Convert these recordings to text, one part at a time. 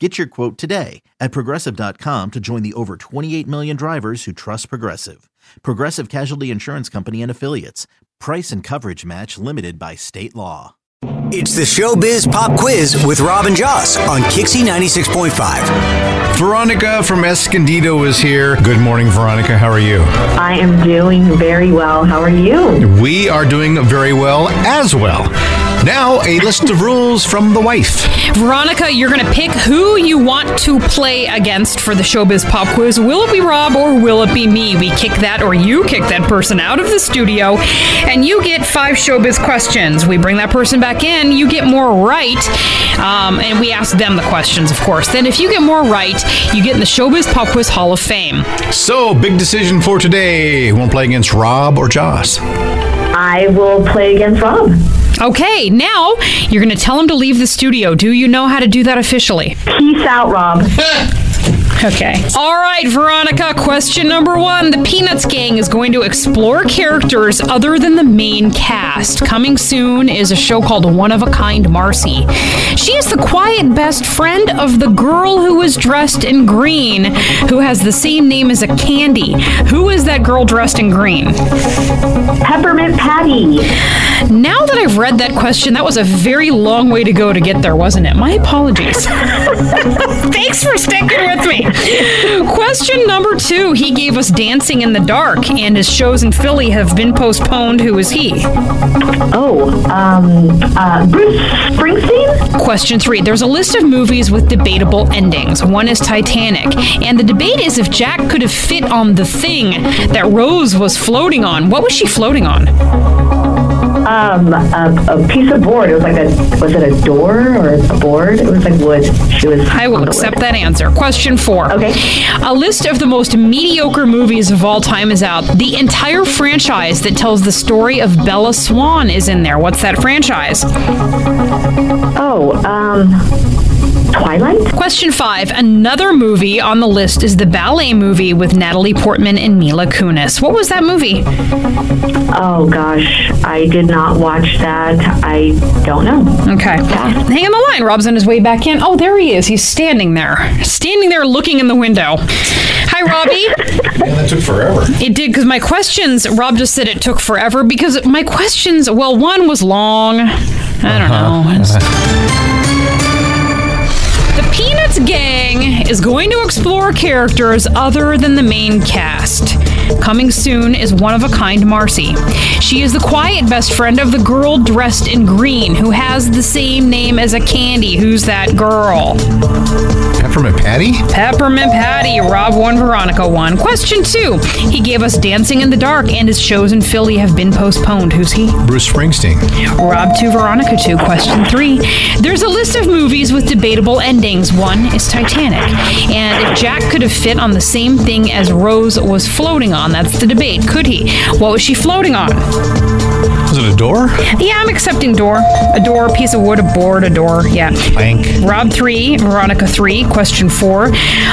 Get your quote today at progressive.com to join the over 28 million drivers who trust Progressive. Progressive Casualty Insurance Company and Affiliates. Price and coverage match limited by state law. It's the Showbiz Pop Quiz with Robin Joss on Kixie 96.5. Veronica from Escondido is here. Good morning, Veronica. How are you? I am doing very well. How are you? We are doing very well as well. Now, a list of rules from the wife. Veronica, you're going to pick who you want to play against for the Showbiz Pop Quiz. Will it be Rob or will it be me? We kick that or you kick that person out of the studio and you get five Showbiz questions. We bring that person back in, you get more right, um, and we ask them the questions, of course. Then, if you get more right, you get in the Showbiz Pop Quiz Hall of Fame. So, big decision for today. Won't play against Rob or Joss. I will play against Rob. Okay, now you're going to tell him to leave the studio. Do you know how to do that officially? Peace out, Rob. Okay. All right, Veronica, question number one. The Peanuts Gang is going to explore characters other than the main cast. Coming soon is a show called One of a Kind Marcy. She is the quiet best friend of the girl who was dressed in green, who has the same name as a candy. Who is that girl dressed in green? Peppermint Patty. Now that I've read that question, that was a very long way to go to get there, wasn't it? My apologies. Thanks for sticking with me. Question number two. He gave us Dancing in the Dark, and his shows in Philly have been postponed. Who is he? Oh, um, uh, Bruce Springsteen? Question three. There's a list of movies with debatable endings. One is Titanic, and the debate is if Jack could have fit on the thing that Rose was floating on. What was she floating on? Um, a, a piece of board. It was like a, was it a door or a board? It was like wood. She was. I on will the accept wood. that answer. Question four. Okay. A list of the most mediocre movies of all time is out. The entire franchise that tells the story of Bella Swan is in there. What's that franchise? Oh, um, Twilight? Question five. Another movie on the list is the ballet movie with Natalie Portman and Mila Kunis. What was that movie? Oh, gosh. I did not watch that. I don't know. Okay. Hang on the line. Rob's on his way back in. Oh, there he is. He's standing there. Standing there looking in the window. Hi, Robbie. Man, that took forever. It did because my questions. Rob just said it took forever because my questions. Well, one was long. I don't know. It's- The Peanuts gang is going to explore characters other than the main cast. Coming soon is one of a kind Marcy. She is the quiet best friend of the girl dressed in green who has the same name as a candy. Who's that girl? Peppermint Patty? Peppermint Patty, Rob one, Veronica one. Question two. He gave us Dancing in the Dark, and his shows in Philly have been postponed. Who's he? Bruce Springsteen. Rob two, Veronica two. Question three. There's a list of movies with debatable endings. One is Titanic. And if Jack could have fit on the same thing as Rose was floating on, that's the debate. Could he? What was she floating on? Was it a door? Yeah, I'm accepting door. A door, a piece of wood, a board, a door. Yeah. Bank. Rob 3, Veronica 3, question 4.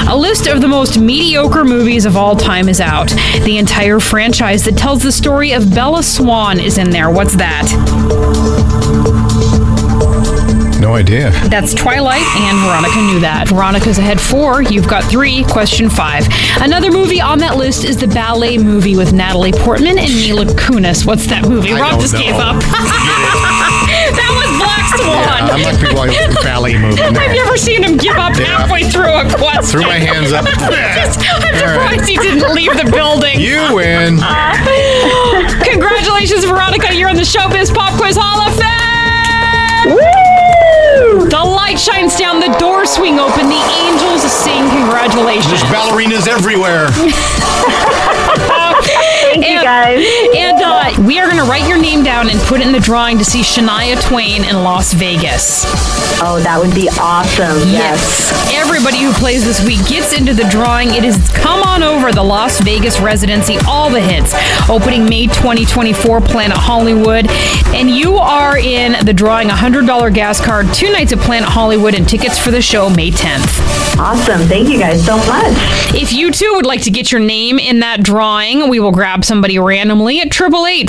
A list of the most mediocre movies of all time is out. The entire franchise that tells the story of Bella Swan is in there. What's that? No idea. That's Twilight, and Veronica knew that. Veronica's ahead 4, you've got 3, question 5. Another movie on that list is the ballet movie with Natalie Portman and Mila Kunis. What's that movie? I Rob don't know. just gave up. that was Black Come on. I'm like people like ballet movement. I've never seen him give up Yeah. halfway through a Threw question. my hands up. Just- All I'm right. surprised he didn't leave the building. You win. Congratulations, Veronica. You're in the Showbiz Pop Quiz Hall of Fame. Woo! The light shines down, the doors swing open, the angels sing congratulations. Ballerinas everywhere. Thank you And- guys. And uh, we are going to write your name down and put it in the drawing to see Shania Twain in Las Vegas. Oh, that would be awesome. Yes. Everybody who plays this week gets into the drawing. It is Come On Over, the Las Vegas residency, all the hits. Opening May 2024, Planet Hollywood. And you are in the drawing a $100 gas card, two nights at Planet Hollywood, and tickets for the show May 10th. Awesome. Thank you guys so much. If you too would like to get your name in that drawing, we will grab somebody randomly at 888